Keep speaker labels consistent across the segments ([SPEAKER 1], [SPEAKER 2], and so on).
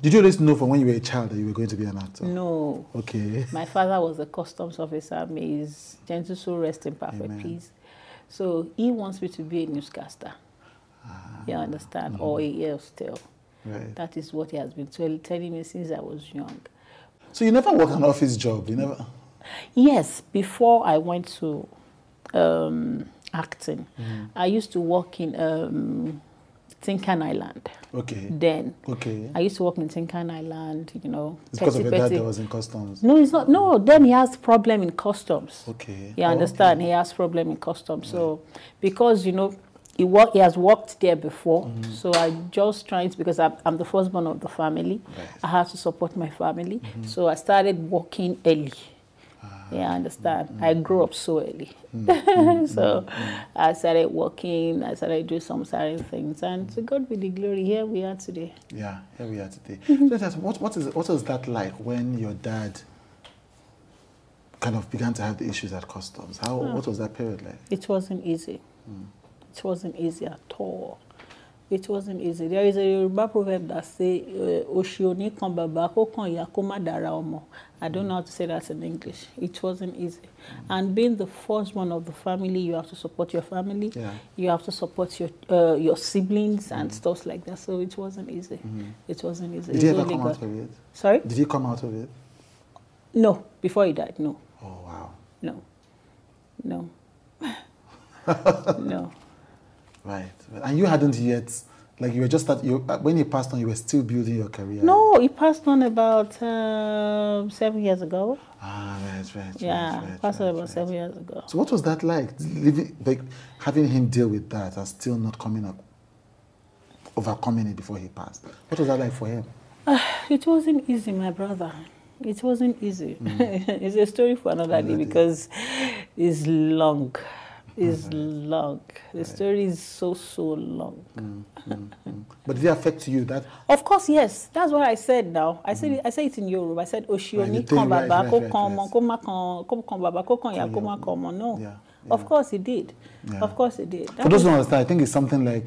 [SPEAKER 1] Did you always know from when you were a child that you were going to be an actor?
[SPEAKER 2] No.
[SPEAKER 1] Okay.
[SPEAKER 2] My father was a customs officer. May his gentle soul rest in perfect
[SPEAKER 1] Amen.
[SPEAKER 2] peace. So he wants me to be a newscaster. You understand?
[SPEAKER 1] mm-hmm.
[SPEAKER 2] Or a yell still.
[SPEAKER 1] Ah, Right.
[SPEAKER 2] That is what he has been tell- telling me since I was young.
[SPEAKER 1] So you never work an office job. You never.
[SPEAKER 2] Yes, before I went to um, acting,
[SPEAKER 1] Mm-hmm.
[SPEAKER 2] I used to work in um, Tinkan Island.
[SPEAKER 1] Okay.
[SPEAKER 2] Then
[SPEAKER 1] Okay.
[SPEAKER 2] I used to work in Tinkan Island, you know.
[SPEAKER 1] It's because of
[SPEAKER 2] petty,
[SPEAKER 1] your dad
[SPEAKER 2] petty.
[SPEAKER 1] that was in customs.
[SPEAKER 2] No, it's not. No, then he has problem in customs.
[SPEAKER 1] Okay.
[SPEAKER 2] You understand? He has problem in customs. So because you know he work, he has worked there before. So I just trying to because I'm, I'm the firstborn of the family.
[SPEAKER 1] Right.
[SPEAKER 2] I have to support my family. So I started working early. Yeah, I understand. I grew up so early. so I started working, I started doing some certain things. And to God be the glory, here we are today.
[SPEAKER 1] Yeah, here we are today.
[SPEAKER 2] Mm-hmm.
[SPEAKER 1] So Let us, what, what, is, what was that like when your dad kind of began to have the issues at customs? How,
[SPEAKER 2] Oh.
[SPEAKER 1] What was that period like?
[SPEAKER 2] It wasn't easy. It wasn't easy at all. It wasn't easy. There is a Yoruba proverb that say, "Oshioni kan baba ko kan iya ko ma dara omo." I don't know how to say that in English. It wasn't easy. And being the first one of the family, you have to support your family.
[SPEAKER 1] Yeah. Mm.
[SPEAKER 2] You have to support your uh, your siblings and stuff like that. So it wasn't easy. It wasn't
[SPEAKER 1] Mm-hmm.
[SPEAKER 2] easy.
[SPEAKER 1] Did
[SPEAKER 2] It's
[SPEAKER 1] he ever
[SPEAKER 2] only
[SPEAKER 1] come
[SPEAKER 2] God.
[SPEAKER 1] out of it?
[SPEAKER 2] Sorry?
[SPEAKER 1] Did he come out of it?
[SPEAKER 2] No. Before he died, no.
[SPEAKER 1] Oh, wow.
[SPEAKER 2] No. No. no.
[SPEAKER 1] Right. And you hadn't yet, like you were just at, you, uh, when he passed on, you were still building your career.
[SPEAKER 2] No, he passed on about um, seven years ago.
[SPEAKER 1] Ah, right, right, right.
[SPEAKER 2] yeah,
[SPEAKER 1] right,
[SPEAKER 2] passed
[SPEAKER 1] right,
[SPEAKER 2] on about
[SPEAKER 1] right.
[SPEAKER 2] seven years ago.
[SPEAKER 1] So what was that like, living, like, having him deal with that and still not coming up, overcoming it before he passed? What was that like for him?
[SPEAKER 2] It wasn't easy, my brother. It wasn't easy. it's a story for another day
[SPEAKER 1] Mm. Another day.
[SPEAKER 2] because it's long. It's long. The story is so, so long.
[SPEAKER 1] But did it affect you? That
[SPEAKER 2] Of course, yes. That's what I said now. I said it, I said it in Yoruba. I said
[SPEAKER 1] Mm. Right,
[SPEAKER 2] Oshioni
[SPEAKER 1] the thing,
[SPEAKER 2] kan
[SPEAKER 1] right,
[SPEAKER 2] baba
[SPEAKER 1] right,
[SPEAKER 2] ko
[SPEAKER 1] right,
[SPEAKER 2] kan ọmọ
[SPEAKER 1] yes.
[SPEAKER 2] ko ma kan ko kan baba ko kan ya ko ma kan ọmọ. No.
[SPEAKER 1] Yeah,
[SPEAKER 2] Of course he did.
[SPEAKER 1] Yeah.
[SPEAKER 2] Of course he did. That
[SPEAKER 1] For those
[SPEAKER 2] was-
[SPEAKER 1] who don't understand, I think it's something like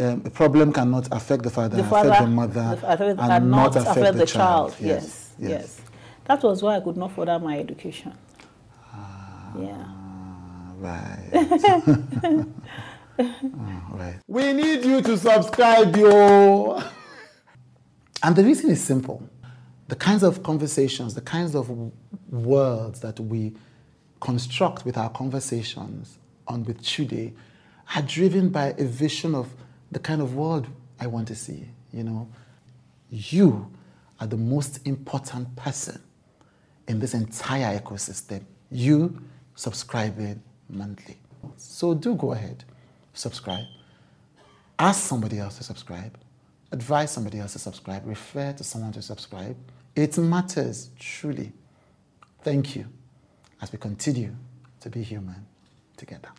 [SPEAKER 1] um, a problem cannot affect the father,
[SPEAKER 2] the father
[SPEAKER 1] affect the mother,
[SPEAKER 2] the father
[SPEAKER 1] and, not affect, the, child.
[SPEAKER 2] Yes, yes, That was why I could not further my education. yeah.
[SPEAKER 1] Ah, right. Ah, right. We need you to subscribe, yo. And the reason is simple. The kinds of conversations, the kinds of w- words that we construct with our conversations on with Chude are driven by a vision of the kind of world I want to see, you know. You are the most important person in this entire ecosystem. You subscribing monthly. So do go ahead, subscribe ask somebody else to subscribe, advise somebody else to subscribe, refer to someone to subscribe. It matters truly. Thank you as we continue to be human together.